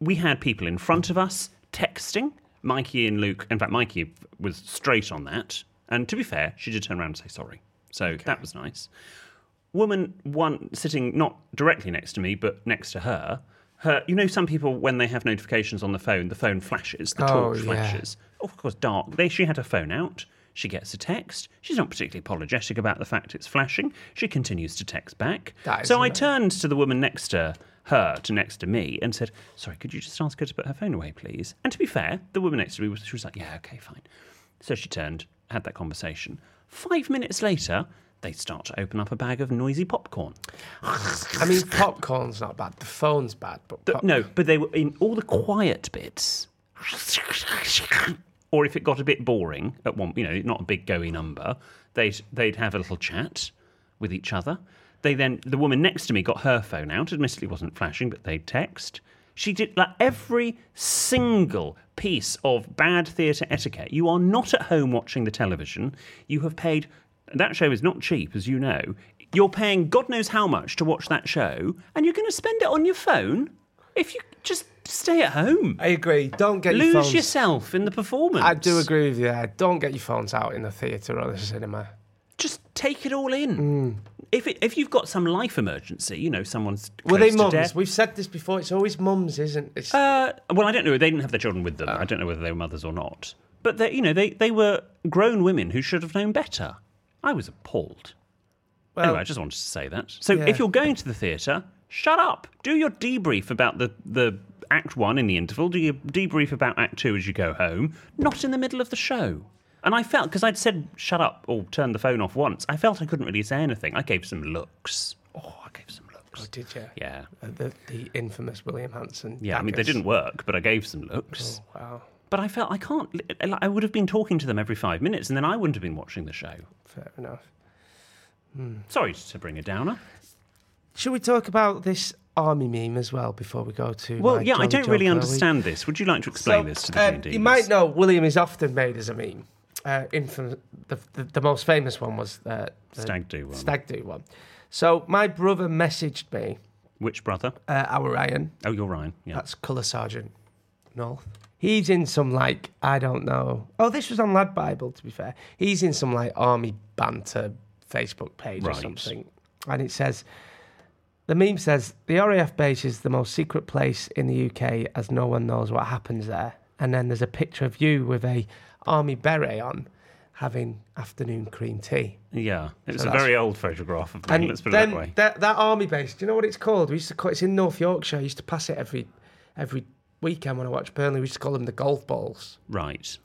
[SPEAKER 4] We had people in front of us texting Mikey and Luke, in fact, Mikey was straight on that. And to be fair, she did turn around and say sorry. So that was nice. Woman one sitting not directly next to me, but next to her. Her, you know, some people when they have notifications on the phone, the phone flashes, the
[SPEAKER 3] Oh,
[SPEAKER 4] torch
[SPEAKER 3] yeah.
[SPEAKER 4] flashes. Of course, dark. They, she had her phone out. She gets a text. She's not particularly apologetic about the fact it's flashing. She continues to text back.
[SPEAKER 3] That is
[SPEAKER 4] So I
[SPEAKER 3] amazing.
[SPEAKER 4] turned to the woman next to her, to next to me, and said, "Sorry, could you just ask her to put her phone away, please?" And to be fair, the woman next to me was she was like, "Yeah, okay, fine." So she turned, had that conversation. Five minutes later, they start to open up a bag of noisy popcorn.
[SPEAKER 3] I mean, popcorn's not bad. The phone's bad, but
[SPEAKER 4] Th-
[SPEAKER 3] pop-
[SPEAKER 4] no, but they were in all the quiet bits. Or if it got a bit boring at one, you know, not a big goey number, they'd they'd have a little chat with each other. They then the woman next to me got her phone out. Admittedly, it wasn't flashing, but they'd text. She did like every single piece of bad theatre etiquette. You are not at home watching the television. You have paid that show is not cheap, as you know. You're paying God knows how much to watch that show, and you're going to spend it on your phone if you just stay at home.
[SPEAKER 3] I agree. Don't get your
[SPEAKER 4] Lose
[SPEAKER 3] phones.
[SPEAKER 4] yourself in the performance.
[SPEAKER 3] I do agree with you there. Don't get your phones out in the theatre or the cinema.
[SPEAKER 4] Just take it all in.
[SPEAKER 3] Mm.
[SPEAKER 4] If it, if you've got some life emergency, you know someone's
[SPEAKER 3] Were
[SPEAKER 4] close
[SPEAKER 3] they
[SPEAKER 4] to
[SPEAKER 3] mums?
[SPEAKER 4] death-
[SPEAKER 3] We've said this before. It's always mums, isn't it?
[SPEAKER 4] Uh, well, I don't know. They didn't have their children with them. I don't know whether they were mothers or not. But they, you know, they, they were grown women who should have known better. I was appalled.
[SPEAKER 3] well,
[SPEAKER 4] anyway, I just wanted to say that. So
[SPEAKER 3] yeah.
[SPEAKER 4] if you're going to the theatre, shut up. Do your debrief about the, the act one in the interval. Do your debrief about act two as you go home, not in the middle of the show. And I felt, because I'd said shut up or turn the phone off once, I felt I couldn't really say anything. I gave some looks. Oh, I gave some looks.
[SPEAKER 3] <laughs> did you?
[SPEAKER 4] Yeah.
[SPEAKER 3] Uh, The, the infamous William Hanson.
[SPEAKER 4] Yeah, I mean, they didn't work, but I gave some looks.
[SPEAKER 3] Wow.
[SPEAKER 4] But I felt I can't. li- Like, I would have been talking to them every five minutes, and then I wouldn't have been watching the show.
[SPEAKER 3] Fair enough.
[SPEAKER 4] Sorry to bring a downer.
[SPEAKER 3] Should we talk about this army meme as well before we go to?
[SPEAKER 4] Well,
[SPEAKER 3] my
[SPEAKER 4] yeah, I
[SPEAKER 3] Jolly
[SPEAKER 4] don't really
[SPEAKER 3] Joker of the week?
[SPEAKER 4] understand this. Would you like to explain
[SPEAKER 3] So,
[SPEAKER 4] this to the
[SPEAKER 3] um,
[SPEAKER 4] D&D?
[SPEAKER 3] You might know William is often made as a meme. Uh, infam- the, the, the most famous one was uh, the
[SPEAKER 4] Stag do one.
[SPEAKER 3] Stag Do one. So my brother messaged me,
[SPEAKER 4] Which brother?
[SPEAKER 3] uh, our Ryan,
[SPEAKER 4] Oh, you're Ryan. Yeah.
[SPEAKER 3] that's Colour Sergeant North. He's in some like, I don't know. Oh, this was on Lad Bible, to be fair. He's in some like army banter Facebook page or
[SPEAKER 4] Right.
[SPEAKER 3] something. And it says, the meme says, the RAF base is the most secret place in the UK as no one knows what happens there. And then there's a picture of you with a army beret on having afternoon cream tea.
[SPEAKER 4] yeah. It's
[SPEAKER 3] So
[SPEAKER 4] a
[SPEAKER 3] that's-
[SPEAKER 4] very old photograph of me. Let's put it
[SPEAKER 3] then
[SPEAKER 4] that way.
[SPEAKER 3] that, that army base, do you know what it's called? We used to call it's in North Yorkshire. I used to pass it every every weekend when I watched Burnley. We used to call them the golf balls,
[SPEAKER 4] right.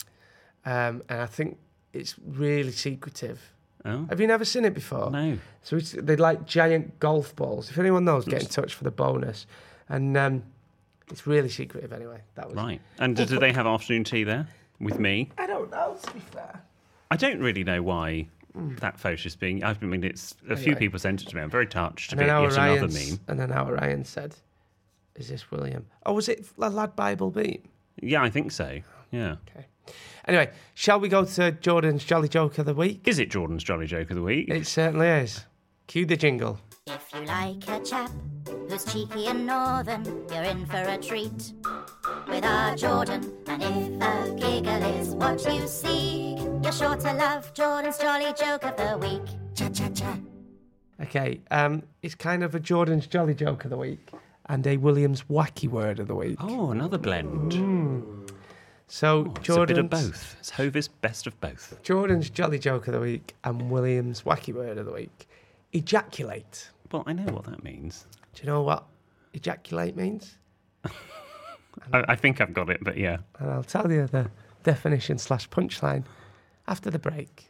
[SPEAKER 3] um, and I think it's really secretive.
[SPEAKER 4] Oh.
[SPEAKER 3] Have you never seen it before?
[SPEAKER 4] No.
[SPEAKER 3] So it's, they're like giant golf balls. If anyone knows, get in touch for the bonus. And um, it's really secretive anyway. That was
[SPEAKER 4] Right. And do, do they have afternoon tea there with me?
[SPEAKER 3] I don't know. To be fair,
[SPEAKER 4] I don't really know why that photo is being. I've been. I mean, it's a few
[SPEAKER 3] Anyway.
[SPEAKER 4] people sent it to me. I'm very touched to
[SPEAKER 3] and
[SPEAKER 4] be
[SPEAKER 3] then our
[SPEAKER 4] yet another
[SPEAKER 3] Ryan's,
[SPEAKER 4] meme.
[SPEAKER 3] and then our Ryan said, "Is this William? Oh, was it a lad Bible meme?"
[SPEAKER 4] Yeah, I think so. Yeah.
[SPEAKER 3] Okay. Anyway, shall we go to Jordan's Jolly Joke of the Week?
[SPEAKER 4] Is it Jordan's Jolly Joke of the Week?
[SPEAKER 3] It certainly is. Cue the jingle.
[SPEAKER 6] If you like a chap who's cheeky and northern, you're in for a treat with our Jordan. And if a giggle is what you seek, you're sure to love Jordan's jolly joke of the week. Cha cha cha.
[SPEAKER 3] Okay, um, it's kind of a Jordan's Jolly Joke of the Week and a Williams Wacky Word of the Week.
[SPEAKER 4] Oh, another blend.
[SPEAKER 3] so,
[SPEAKER 4] It's a
[SPEAKER 3] Jordan's,
[SPEAKER 4] bit of both. It's Hovis best of both.
[SPEAKER 3] Jordan's Jolly Joke of the Week and Williams Wacky Word of the Week. Ejaculate.
[SPEAKER 4] Well, I know what that means.
[SPEAKER 3] Do you know what ejaculate means?
[SPEAKER 4] I, I think I've got it, but yeah. <laughs>
[SPEAKER 3] And I'll tell you the definition slash punchline after the break.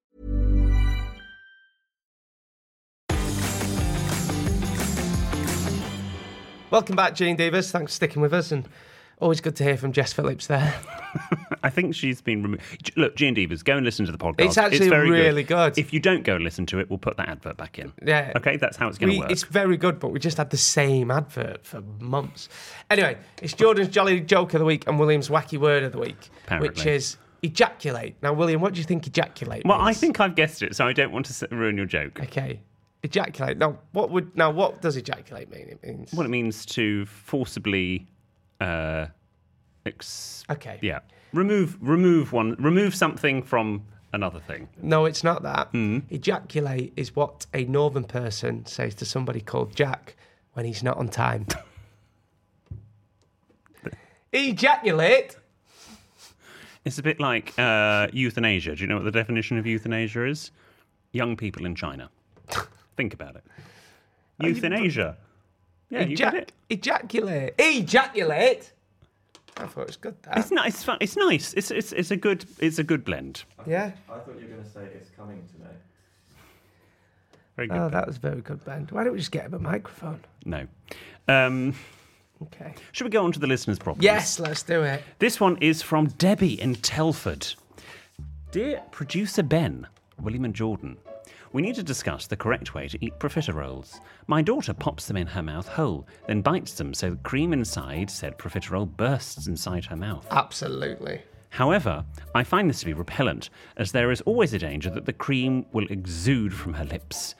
[SPEAKER 3] Welcome back, Gene Davis. Thanks for sticking with us, and always good to hear from Jess Phillips there.
[SPEAKER 4] I think she's been removed. Look, G and Divas, go and listen to the podcast.
[SPEAKER 3] It's actually
[SPEAKER 4] very
[SPEAKER 3] really
[SPEAKER 4] good. If you don't go and listen to it, we'll put that advert back in.
[SPEAKER 3] Yeah.
[SPEAKER 4] Okay, that's how it's going to
[SPEAKER 3] We,
[SPEAKER 4] work.
[SPEAKER 3] it's very good, but we just had the same advert for months. Anyway, it's Jordan's Jolly Joke of the Week and William's Wacky Word of the Week, which
[SPEAKER 4] Apparently.
[SPEAKER 3] is ejaculate. Now, William, what do you think ejaculate
[SPEAKER 4] Well, I
[SPEAKER 3] means?
[SPEAKER 4] think I've guessed it, so I don't want to s- ruin your joke.
[SPEAKER 3] Okay. Ejaculate. Now, what would now what does ejaculate mean? It means
[SPEAKER 4] What it means to forcibly, uh, ex-
[SPEAKER 3] Okay.
[SPEAKER 4] yeah, remove remove one remove something from another thing.
[SPEAKER 3] No, it's not that.
[SPEAKER 4] Mm-hmm.
[SPEAKER 3] Ejaculate is what a northern person says to somebody called Jack when he's not
[SPEAKER 4] <laughs>
[SPEAKER 3] on time. Ejaculate.
[SPEAKER 4] It's a bit like uh, euthanasia. Do you know what the definition of euthanasia is? Young people in China. <laughs> Think about it. Euthanasia. Yeah, you get
[SPEAKER 3] Ejac-
[SPEAKER 4] it.
[SPEAKER 3] Ejaculate. Ejaculate. I thought it was good. That.
[SPEAKER 4] It's nice. It's, fun. it's nice. It's, it's it's a good it's a good blend.
[SPEAKER 3] Yeah.
[SPEAKER 5] I thought you were going to say it's coming today.
[SPEAKER 4] Very good.
[SPEAKER 3] Oh, that was very good, Ben. Why don't we just get him a microphone?
[SPEAKER 4] No. Um,
[SPEAKER 3] Okay.
[SPEAKER 4] should we go on to the listeners' problems?
[SPEAKER 3] Yes, let's do it.
[SPEAKER 4] This one is from Debbie in Telford. Dear producer Ben, William and Jordan, we need to discuss the correct way to eat profiteroles. My daughter pops them in her mouth whole, then bites them so the cream inside said profiterole bursts inside her mouth.
[SPEAKER 3] Absolutely.
[SPEAKER 4] However, I find this to be repellent, as there is always a danger that the cream will exude from her lips.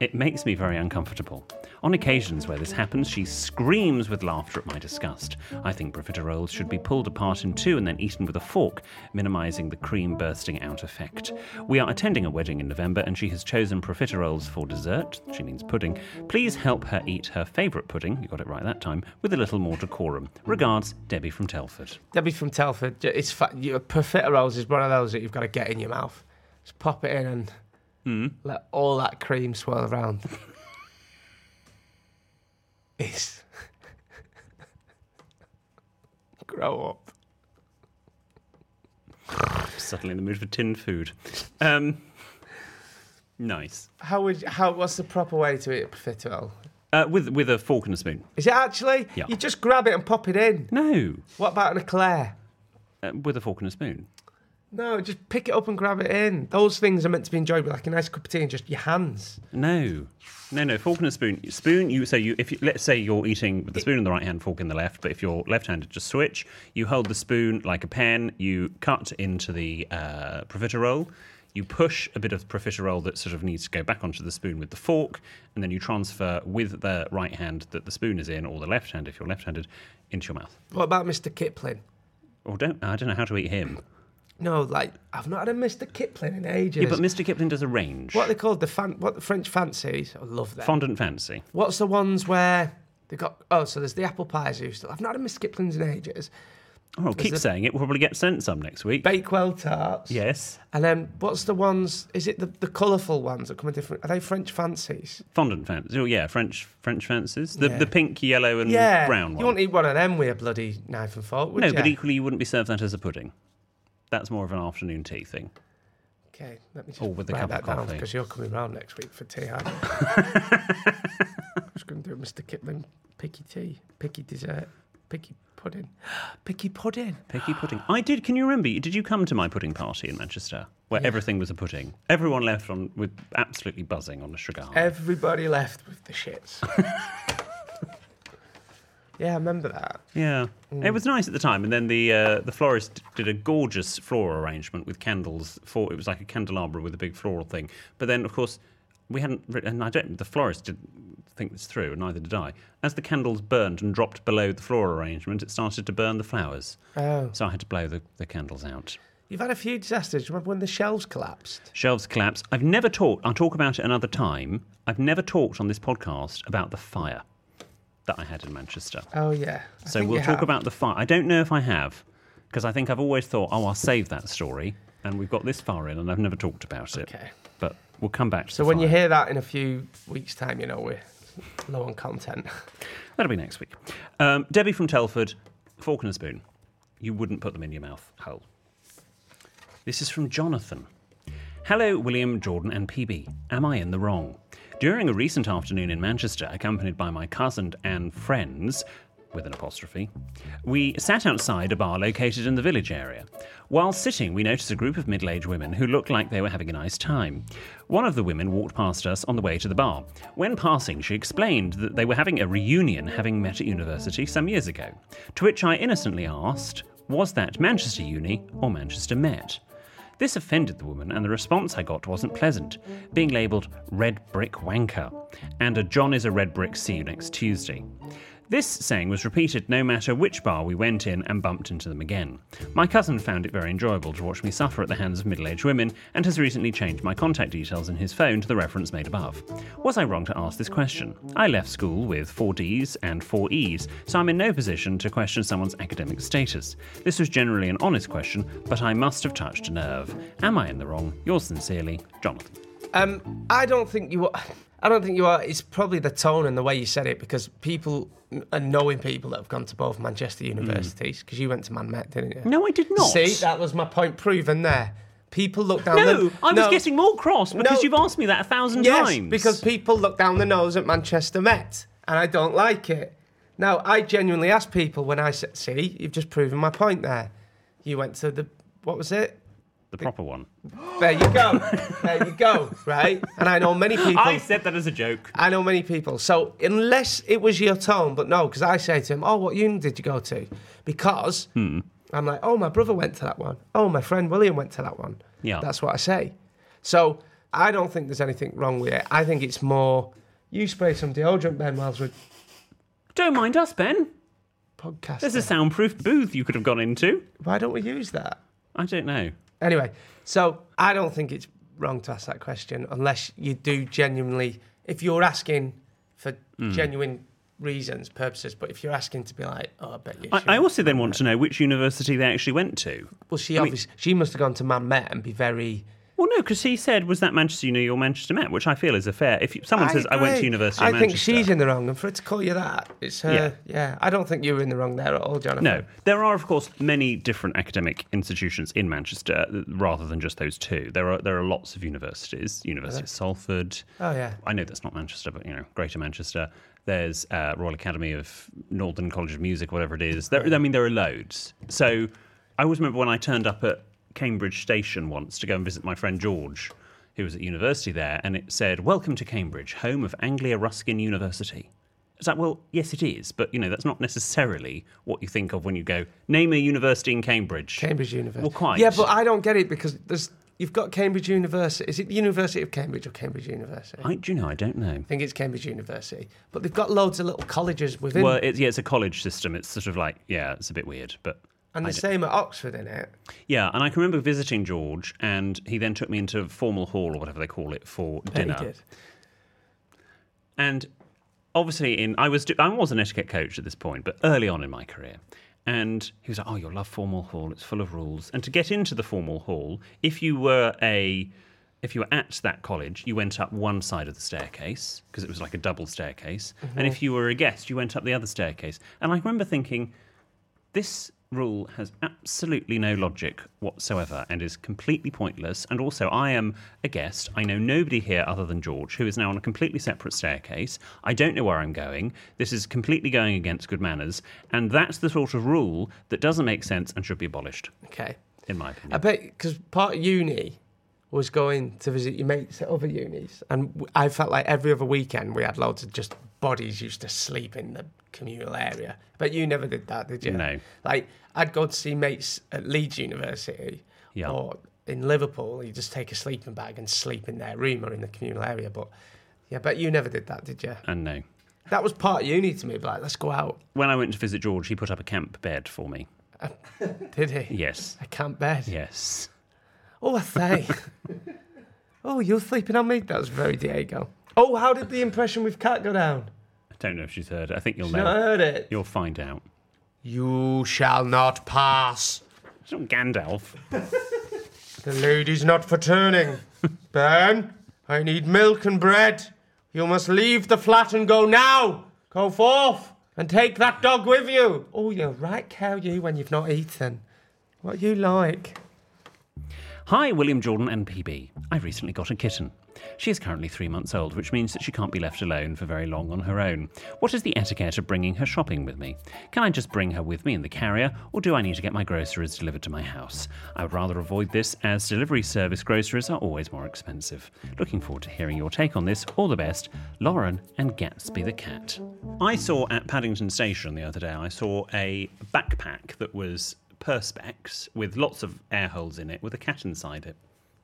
[SPEAKER 4] It makes me very uncomfortable. On occasions where this happens, she screams with laughter at my disgust. I think profiteroles should be pulled apart in two and then eaten with a fork, minimizing the cream bursting out effect. We are attending a wedding in November and she has chosen profiteroles for dessert. She means pudding. Please help her eat her favorite pudding, you got it right that time, with a little more decorum. Regards, Debbie from Telford.
[SPEAKER 3] Debbie from Telford. j- It's fa- you, profiteroles is one of those that you've got to get in your mouth. Just pop it in and let all that cream swirl around. it's <laughs> grow up.
[SPEAKER 4] Suddenly in the mood for tin food. Um, nice.
[SPEAKER 3] How would how? What's the proper way to eat a profiterole?
[SPEAKER 4] Uh, with with a fork and a spoon.
[SPEAKER 3] Is it actually?
[SPEAKER 4] Yeah.
[SPEAKER 3] You just grab it and pop it in.
[SPEAKER 4] No,
[SPEAKER 3] What about an eclair?
[SPEAKER 4] uh, with a fork and a spoon.
[SPEAKER 3] No, just pick it up and grab it in. Those things are meant to be enjoyed with like a nice cup of tea and just your hands.
[SPEAKER 4] No, no, no. Fork and a spoon. Spoon. You so you if you, let's say you're eating with the spoon in the right hand, fork in the left. But if you're left-handed, just switch. You hold the spoon like a pen. You cut into the uh, profiterole. You push a bit of profiterole that sort of needs to go back onto the spoon with the fork, and then you transfer with the right hand that the spoon is in, or the left hand if you're left-handed, into your mouth.
[SPEAKER 3] What about Mr. Kipling?
[SPEAKER 4] Or don't I don't know how to eat him.
[SPEAKER 3] No, like I've not had a Mr. Kipling in ages.
[SPEAKER 4] Yeah, but Mr. Kipling does a range.
[SPEAKER 3] What are they called? The fan, what the French fancies? I love them.
[SPEAKER 4] Fondant fancy.
[SPEAKER 3] What's the ones where they got? Oh, so there's the apple pies. Who still? I've not had a Miss Kipling's in ages.
[SPEAKER 4] Oh, keep
[SPEAKER 3] it-
[SPEAKER 4] saying it. We'll probably get sent some next week.
[SPEAKER 3] Bakewell tarts.
[SPEAKER 4] yes,
[SPEAKER 3] And then what's the ones? Is it the, the colourful ones that come in different? Are they French fancies?
[SPEAKER 4] fondant fancy. Oh yeah, French French fancies. The
[SPEAKER 3] Yeah.
[SPEAKER 4] the pink, yellow, and
[SPEAKER 3] Yeah.
[SPEAKER 4] Mm, brown one.
[SPEAKER 3] You wouldn't eat one of them with a bloody knife and fork, would
[SPEAKER 4] no,
[SPEAKER 3] you?
[SPEAKER 4] but equally you wouldn't be served that as a pudding. That's more of an afternoon tea thing.
[SPEAKER 3] Okay, let me just
[SPEAKER 4] Or Oh, with a
[SPEAKER 3] write
[SPEAKER 4] cup
[SPEAKER 3] that
[SPEAKER 4] of
[SPEAKER 3] down
[SPEAKER 4] coffee.
[SPEAKER 3] because you're coming round next week for tea.
[SPEAKER 4] <laughs>
[SPEAKER 3] aren't you? just going to do a Mr. Kipling picky tea, picky dessert. Picky pudding. <gasps> Picky pudding.
[SPEAKER 4] Picky pudding. I did. Can you remember? Did you come to my pudding party in Manchester where everything was a pudding? Everyone left on with absolutely buzzing on a sugar.
[SPEAKER 3] Everybody left with
[SPEAKER 4] <laughs>
[SPEAKER 3] the shits. yeah, I remember that.
[SPEAKER 4] Yeah,
[SPEAKER 3] Mm.
[SPEAKER 4] it was nice at the time, and then the uh, the florist did a gorgeous floral arrangement with candles. For it was like a candelabra with a big floral thing. But then, of course, we hadn't. writ- And I don't. The florist didn't think this through, and neither did I. As the candles burned and dropped below the floral arrangement, it started to burn the flowers.
[SPEAKER 3] Oh.
[SPEAKER 4] So I had to blow the, the candles out.
[SPEAKER 3] You've had a few disasters. Do you Remember when the shelves collapsed?
[SPEAKER 4] Shelves collapse. I've never talked. I'll talk about it another time. I've never talked on this podcast about the fire that I had in Manchester.
[SPEAKER 3] Oh yeah. I
[SPEAKER 4] So
[SPEAKER 3] think
[SPEAKER 4] we'll
[SPEAKER 3] you
[SPEAKER 4] talk
[SPEAKER 3] have.
[SPEAKER 4] about the fire. I don't know if I have, because I think I've always thought, oh, I'll save that story, and we've got this far in, and I've never talked about it. Okay. But we'll come back to.
[SPEAKER 3] So
[SPEAKER 4] the
[SPEAKER 3] when
[SPEAKER 4] fire.
[SPEAKER 3] you hear that in a few weeks' time, you know we're low on content.
[SPEAKER 4] That'll be next week. Um, Debbie from Telford, fork and a spoon. You wouldn't put them in your mouth hole. This is from Jonathan. Hello, William, Jordan, and PB. Am I in the wrong? During a recent afternoon in Manchester, accompanied by my cousin and friends, with an apostrophe, we sat outside a bar located in the village area. While sitting, we noticed a group of middle aged women who looked like they were having a nice time. One of the women walked past us on the way to the bar. When passing, she explained that they were having a reunion, having met at university some years ago. To which I innocently asked, Was that Manchester Uni or Manchester Met? This offended the woman, and the response I got wasn't pleasant, being labelled red brick wanker and a John is a red brick, see you next Tuesday. This saying was repeated no matter which bar we went in and bumped into them again. My cousin found it very enjoyable to watch me suffer at the hands of middle aged women and has recently changed my contact details in his phone to the reference made above. Was I wrong to ask this question? I left school with four Ds and four Es, so I'm in no position to question someone's academic status. This was generally an honest question, but I must have touched a nerve. Am I in the wrong? Yours sincerely, Jonathan.
[SPEAKER 3] Um, I don't think you. Are, I don't think you are. It's probably the tone and the way you said it because people and knowing people that have gone to both Manchester universities because you went to Man Met, didn't you?
[SPEAKER 4] Mm. No, I did not.
[SPEAKER 3] See, that was my point proven there. People look down.
[SPEAKER 4] No,
[SPEAKER 3] the,
[SPEAKER 4] I was getting more cross because you've asked me that a thousand
[SPEAKER 3] yes,
[SPEAKER 4] times.
[SPEAKER 3] because people look down the nose at Manchester Met, and I don't like it. Now, I genuinely ask people when I said, "See, you've just proven my point there. You went to the what was it?
[SPEAKER 4] The proper one.
[SPEAKER 3] There you
[SPEAKER 4] <laughs>
[SPEAKER 3] go. there you go. Right? And I know many people.
[SPEAKER 4] I said that as a joke.
[SPEAKER 3] I know many people. So unless it was your tone, but no, because I say to him, "Oh, what uni did you go to?" Because
[SPEAKER 4] Hmm.
[SPEAKER 3] I'm like, "Oh, my brother went to that one. Oh, my friend William went to that one."
[SPEAKER 4] Yeah.
[SPEAKER 3] that's what I say. So I don't think there's anything wrong with it. I think it's more you spray some deodorant, Ben, whilst we're
[SPEAKER 4] Don't mind us, Ben.
[SPEAKER 3] Podcast.
[SPEAKER 4] There's a soundproofed booth you could have gone into.
[SPEAKER 3] Why don't we use that?
[SPEAKER 4] I don't know.
[SPEAKER 3] Anyway, so I don't think it's wrong to ask that question unless you do genuinely, if you're asking for
[SPEAKER 4] Mm.
[SPEAKER 3] genuine reasons, purposes, but if you're asking to be like, oh, I bet you.
[SPEAKER 4] I,
[SPEAKER 3] should."
[SPEAKER 4] I also then want to know which university they actually went to.
[SPEAKER 3] well, she
[SPEAKER 4] I mean-
[SPEAKER 3] obviously, she must have gone to Man Met and be very.
[SPEAKER 4] Well, no, because he said, "Was that Manchester Uni or Manchester Met?" Which I feel is a fair. If you- someone says, "I went to
[SPEAKER 3] agree.
[SPEAKER 4] University
[SPEAKER 3] I
[SPEAKER 4] of
[SPEAKER 3] think
[SPEAKER 4] Manchester,"
[SPEAKER 3] she's in the wrong, and for her to call you that, it's her. Yeah.
[SPEAKER 4] Yeah.
[SPEAKER 3] I don't think you were in the wrong there at all, Jonathan.
[SPEAKER 4] No, there are of course many different academic institutions in Manchester, uh, rather than just those two. There are there are lots of universities. University of Salford.
[SPEAKER 3] Oh, yeah.
[SPEAKER 4] I know that's not Manchester, but you know, Greater Manchester. There's uh, Royal Academy of Northern College of Music, whatever it is. There, I mean, there are loads. So I always remember when I turned up at Cambridge Station once to go and visit my friend George, who was at university there, and it said, "Welcome to Cambridge, home of Anglia Ruskin University." It's like, well, yes, it is, but you know, that's not necessarily what you think of when you go name a university in Cambridge.
[SPEAKER 3] Cambridge University.
[SPEAKER 4] Well, quite.
[SPEAKER 3] Yeah, but I don't get it because there's you've got Cambridge University. Is it the University of Cambridge or Cambridge University?
[SPEAKER 4] I do you know. I don't know.
[SPEAKER 3] I think it's Cambridge University, but they've got loads of little colleges within,
[SPEAKER 4] Well, it's, yeah, it's a college system. It's sort of like, yeah, it's a bit weird, but
[SPEAKER 3] and the
[SPEAKER 4] I don't-
[SPEAKER 3] same at Oxford in it.
[SPEAKER 4] Yeah, and I can remember visiting George, and he then took me into formal hall or whatever they call it for
[SPEAKER 3] Yeah, he
[SPEAKER 4] dinner.
[SPEAKER 3] did.
[SPEAKER 4] And obviously, in I was do- I was an etiquette coach at this point, but early on in my career, and he was like, "Oh, you'll love formal hall. It's full of rules." And to get into the formal hall, if you were a if you were at that college, you went up one side of the staircase because it was like a double staircase, and
[SPEAKER 7] Mhm.
[SPEAKER 3] Mm-hmm.
[SPEAKER 4] if you were a guest, you went up the other staircase. And I remember thinking, this rule has absolutely no logic whatsoever and is completely pointless. And also, I am a guest. I know nobody here other than George, who is now on a completely separate staircase. I don't know where I'm going. This is completely going against good manners. And that's the sort of rule that doesn't make sense and should be abolished.
[SPEAKER 3] Okay.
[SPEAKER 4] In my opinion.
[SPEAKER 3] I bet because part of uni was going to visit your mates at other unis, and w- I felt like every other weekend we had loads of just bodies used to sleep in the communal area. But you never did that, did you?
[SPEAKER 4] No.
[SPEAKER 3] Like I'd go to see mates at Leeds University,
[SPEAKER 4] Yeah.
[SPEAKER 3] or in Liverpool, you just take a sleeping bag and sleep in their room or in the communal area. But yeah, but you never did that, did you?
[SPEAKER 4] And no.
[SPEAKER 3] That was part of uni to me. Like, let's go out,
[SPEAKER 4] When I went to visit George, he put up a camp bed for me.
[SPEAKER 3] did he?
[SPEAKER 4] Yes.
[SPEAKER 3] I can't bed.
[SPEAKER 4] Yes.
[SPEAKER 3] Oh, I say. oh, you're sleeping on me? That was very Diego. Oh, how did the impression with Cat go down?
[SPEAKER 4] I don't know if she's heard it. I think you'll
[SPEAKER 3] She's
[SPEAKER 4] know.
[SPEAKER 3] not heard it.
[SPEAKER 4] You'll find out.
[SPEAKER 3] You shall not pass.
[SPEAKER 4] It's not Gandalf.
[SPEAKER 3] The lady's not for turning. ben, I need milk and bread. You must leave the flat and go now. Go forth and take that dog with you. Oh, you're right, cow, you, when you've not eaten. What are you like?
[SPEAKER 4] Hi, William Jordan and PB. I recently got a kitten. She is currently three months old, which means that she can't be left alone for very long on her own. What is the etiquette of bringing her shopping with me? Can I just bring her with me in the carrier, or do I need to get my groceries delivered to my house? I would rather avoid this, as delivery service groceries are always more expensive. Looking forward to hearing your take on this. All the best, Lauren and Gatsby the cat. I saw at Paddington Station the other day, I saw a backpack that was perspex with lots of air holes in it with a cat inside it.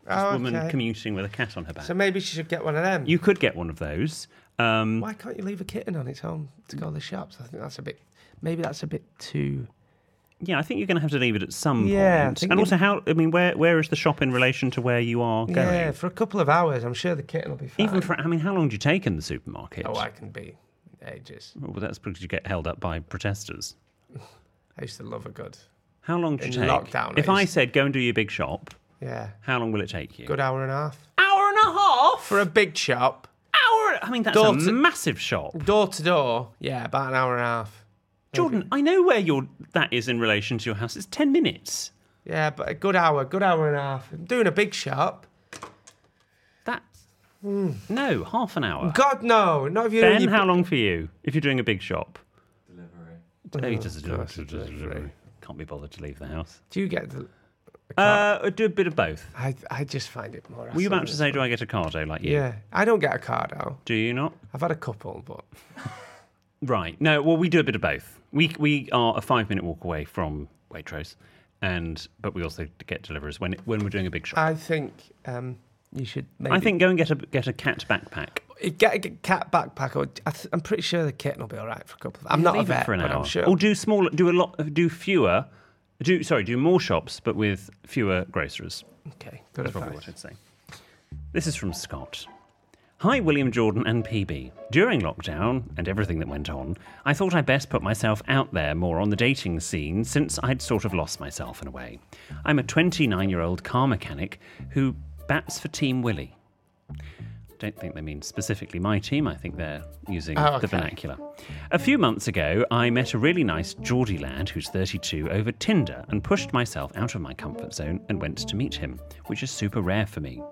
[SPEAKER 4] This
[SPEAKER 3] Oh,
[SPEAKER 4] woman
[SPEAKER 3] okay.
[SPEAKER 4] commuting with a cat on her back.
[SPEAKER 3] So maybe she should get one of them.
[SPEAKER 4] you could get one of those. Um,
[SPEAKER 3] Why can't you leave a kitten on its own to go to the shops? I think that's a bit. Maybe that's a bit too.
[SPEAKER 4] yeah, I think you're going to have to leave it at some
[SPEAKER 3] Yeah, I
[SPEAKER 4] point.
[SPEAKER 3] think
[SPEAKER 4] And
[SPEAKER 3] you-
[SPEAKER 4] also, how? I mean, where where is the shop in relation to where you are going?
[SPEAKER 3] Yeah, for a couple of hours, I'm sure the kitten will be fine.
[SPEAKER 4] Even for, I mean, how long do you take in the supermarket?
[SPEAKER 3] Oh, I can be ages.
[SPEAKER 4] Well, that's because you get held up by protesters.
[SPEAKER 3] I used to love a good.
[SPEAKER 4] How long do you take?
[SPEAKER 3] In lockdown,
[SPEAKER 4] if
[SPEAKER 3] I
[SPEAKER 4] I
[SPEAKER 3] used-
[SPEAKER 4] said go and do your big shop,
[SPEAKER 3] Yeah,
[SPEAKER 4] how long will it take you?
[SPEAKER 3] good hour and a half
[SPEAKER 4] hour and a half
[SPEAKER 3] for a big shop.
[SPEAKER 4] Hour. I mean, that's
[SPEAKER 3] Door
[SPEAKER 4] a
[SPEAKER 3] to-
[SPEAKER 4] massive shop.
[SPEAKER 3] Door to door, yeah, about an hour and a half.
[SPEAKER 4] Jordan, I know where your that is in relation to your house. It's ten minutes.
[SPEAKER 3] Yeah, but a good hour, good hour and a half. I'm doing a big shop.
[SPEAKER 4] That no, half an hour.
[SPEAKER 3] God no, not if you're.
[SPEAKER 4] ben,
[SPEAKER 3] you-
[SPEAKER 4] how long for Hmm. you if you're doing a big shop? Delivery.
[SPEAKER 3] Oh, gosh,
[SPEAKER 4] delivery. Can't be bothered to leave the house.
[SPEAKER 3] Do you get? The,
[SPEAKER 4] Uh, do a bit of both.
[SPEAKER 3] I I just find it more.
[SPEAKER 4] Were you about
[SPEAKER 3] hassle.
[SPEAKER 4] to say, do I get a cardo like you?
[SPEAKER 3] Yeah, I don't get a card out.
[SPEAKER 4] Do you not?
[SPEAKER 3] I've had a couple, but
[SPEAKER 4] Right. No. Well, we do a bit of both. We we are a five minute walk away from Waitrose, and but we also get deliveries when when we're doing a big shop.
[SPEAKER 3] I think um, you should. Maybe
[SPEAKER 4] I think go and get a get a cat backpack.
[SPEAKER 3] get a g- cat backpack. Or I th- I'm pretty sure the kitten will be all right for a couple. Of, I'm not
[SPEAKER 4] Leave
[SPEAKER 3] a vet,
[SPEAKER 4] it for an
[SPEAKER 3] but
[SPEAKER 4] hour.
[SPEAKER 3] I'm sure.
[SPEAKER 4] Or do smaller, do a lot, do fewer, do sorry, do more shops, but with fewer groceries.
[SPEAKER 3] okay, good
[SPEAKER 4] That's
[SPEAKER 3] advice.
[SPEAKER 4] probably what I'd say. This is from Scott. Hi, William Jordan and PB. During lockdown and everything that went on, I thought I'd best put myself out there more on the dating scene since I'd sort of lost myself in a way. I'm a 29 year old car mechanic who bats for Team Willie. Don't think they mean specifically my team, I think they're using
[SPEAKER 3] Oh,
[SPEAKER 4] the
[SPEAKER 3] okay.
[SPEAKER 4] vernacular. A few months ago, I met a really nice Geordie lad who's 32 over Tinder and pushed myself out of my comfort zone and went to meet him, which is super rare for me.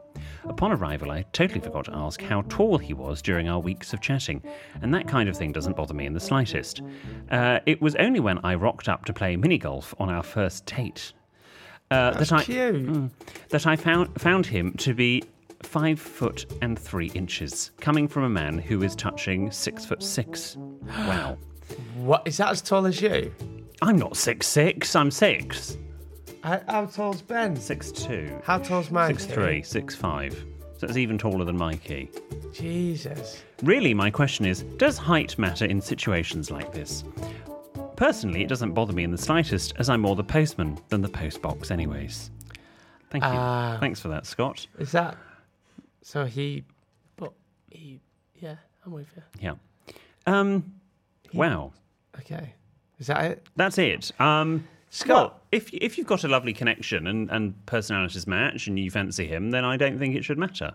[SPEAKER 4] Upon arrival, I totally forgot to ask how tall he was during our weeks of chatting, and that kind of thing doesn't bother me in the slightest. Uh, it was only when I rocked up to play mini golf on our first date uh,
[SPEAKER 3] That's
[SPEAKER 4] that I
[SPEAKER 3] cute.
[SPEAKER 4] Mm, that I found found him to be five foot and three inches, coming from a man who is touching six foot six. Wow,
[SPEAKER 3] What is that as tall as you?
[SPEAKER 4] I'm not six six. I'm six
[SPEAKER 3] How, how tall's Ben?
[SPEAKER 4] six two.
[SPEAKER 3] How tall's Mikey?
[SPEAKER 4] Six three, six five. So that's even taller than Mikey.
[SPEAKER 3] Jesus.
[SPEAKER 4] Really, my question is Does height matter in situations like this? Personally, it doesn't bother me in the slightest, as I'm more the postman than the postbox, anyways. Thank you.
[SPEAKER 3] Ah.
[SPEAKER 4] Thanks for that, Scott.
[SPEAKER 3] Is that? So he, but he, yeah, I'm with you.
[SPEAKER 4] Yeah. Um, wow.
[SPEAKER 3] Okay, is that it?
[SPEAKER 4] That's it. Um,
[SPEAKER 3] Scott.
[SPEAKER 4] well, if, if you've got a lovely connection and, and personalities match and you fancy him, then I don't think it should matter.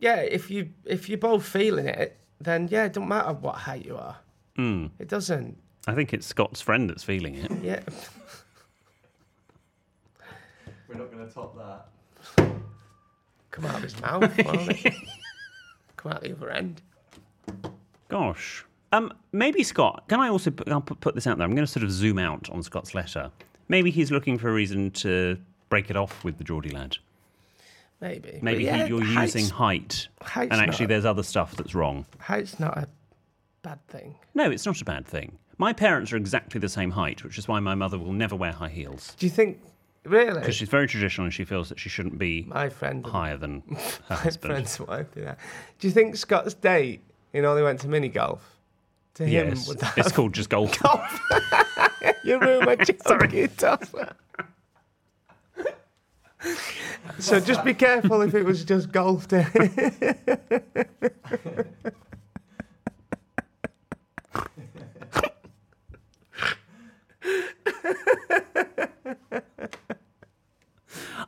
[SPEAKER 3] Yeah, if you if you're both feeling it, then yeah, it don't matter what height you are.
[SPEAKER 4] Mm.
[SPEAKER 3] It doesn't.
[SPEAKER 4] I think it's Scott's friend that's feeling it.
[SPEAKER 3] Yeah.
[SPEAKER 5] We're not going to top that.
[SPEAKER 3] Come out of his mouth, won't it? Come out the other end.
[SPEAKER 4] Gosh. Um, maybe Scott. Can I also? Put, I'll put, put this out there. I'm going to sort of zoom out on Scott's letter. Maybe he's looking for a reason to break it off with the Geordie lad.
[SPEAKER 3] Maybe. but
[SPEAKER 4] Maybe
[SPEAKER 3] yeah,
[SPEAKER 4] he, you're
[SPEAKER 3] height's-
[SPEAKER 4] using height,
[SPEAKER 3] height's
[SPEAKER 4] and
[SPEAKER 3] not
[SPEAKER 4] actually
[SPEAKER 3] a-
[SPEAKER 4] there's other stuff that's wrong.
[SPEAKER 3] Height's not a bad thing.
[SPEAKER 4] No, it's not a bad thing. My parents are exactly the same height, which is why my mother will never wear high heels
[SPEAKER 3] Do you think, really?
[SPEAKER 4] because she's very traditional and she feels that she shouldn't be
[SPEAKER 3] my friend
[SPEAKER 4] higher than her
[SPEAKER 3] <laughs> my
[SPEAKER 4] husband.
[SPEAKER 3] friend's wife did that. Do you think Scott's date, you know, they went to mini golf? To him,
[SPEAKER 4] Yes,
[SPEAKER 3] would that
[SPEAKER 4] it's called just
[SPEAKER 3] <laughs>
[SPEAKER 4] golf.
[SPEAKER 3] you
[SPEAKER 4] <laughs>
[SPEAKER 3] ruined my joke, you tosser. so just be careful if it was just golf day.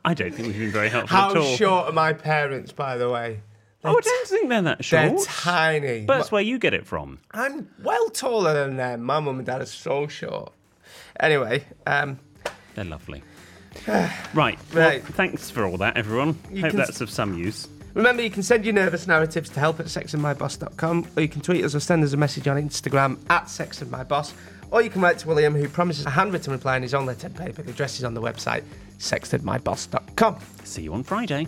[SPEAKER 4] I don't think we've been very helpful at
[SPEAKER 3] How
[SPEAKER 4] all.
[SPEAKER 3] short are my parents, by the way?
[SPEAKER 4] Oh, I don't think they're that short.
[SPEAKER 3] They're tiny.
[SPEAKER 4] But that's where you get it from.
[SPEAKER 3] I'm well taller than them. My mum and dad are so short. Anyway, um,
[SPEAKER 4] They're lovely. right.
[SPEAKER 3] <sighs> Right.
[SPEAKER 4] Well, thanks for all that, everyone.
[SPEAKER 3] You
[SPEAKER 4] Hope
[SPEAKER 3] can-
[SPEAKER 4] that's of some use.
[SPEAKER 3] Remember, you can send your nervous narratives to help at sexandmyboss.com, or you can tweet us or send us a message on Instagram at sexandmyboss, or you can write to William, who promises a handwritten reply in his own lettered paper. The address is on the website, sextedmyboss.com.
[SPEAKER 4] See you on Friday.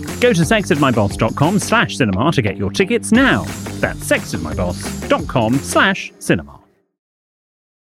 [SPEAKER 1] Go to sexedmyboss.com slash cinema to get your tickets now. That's sexedmyboss.com slash cinema.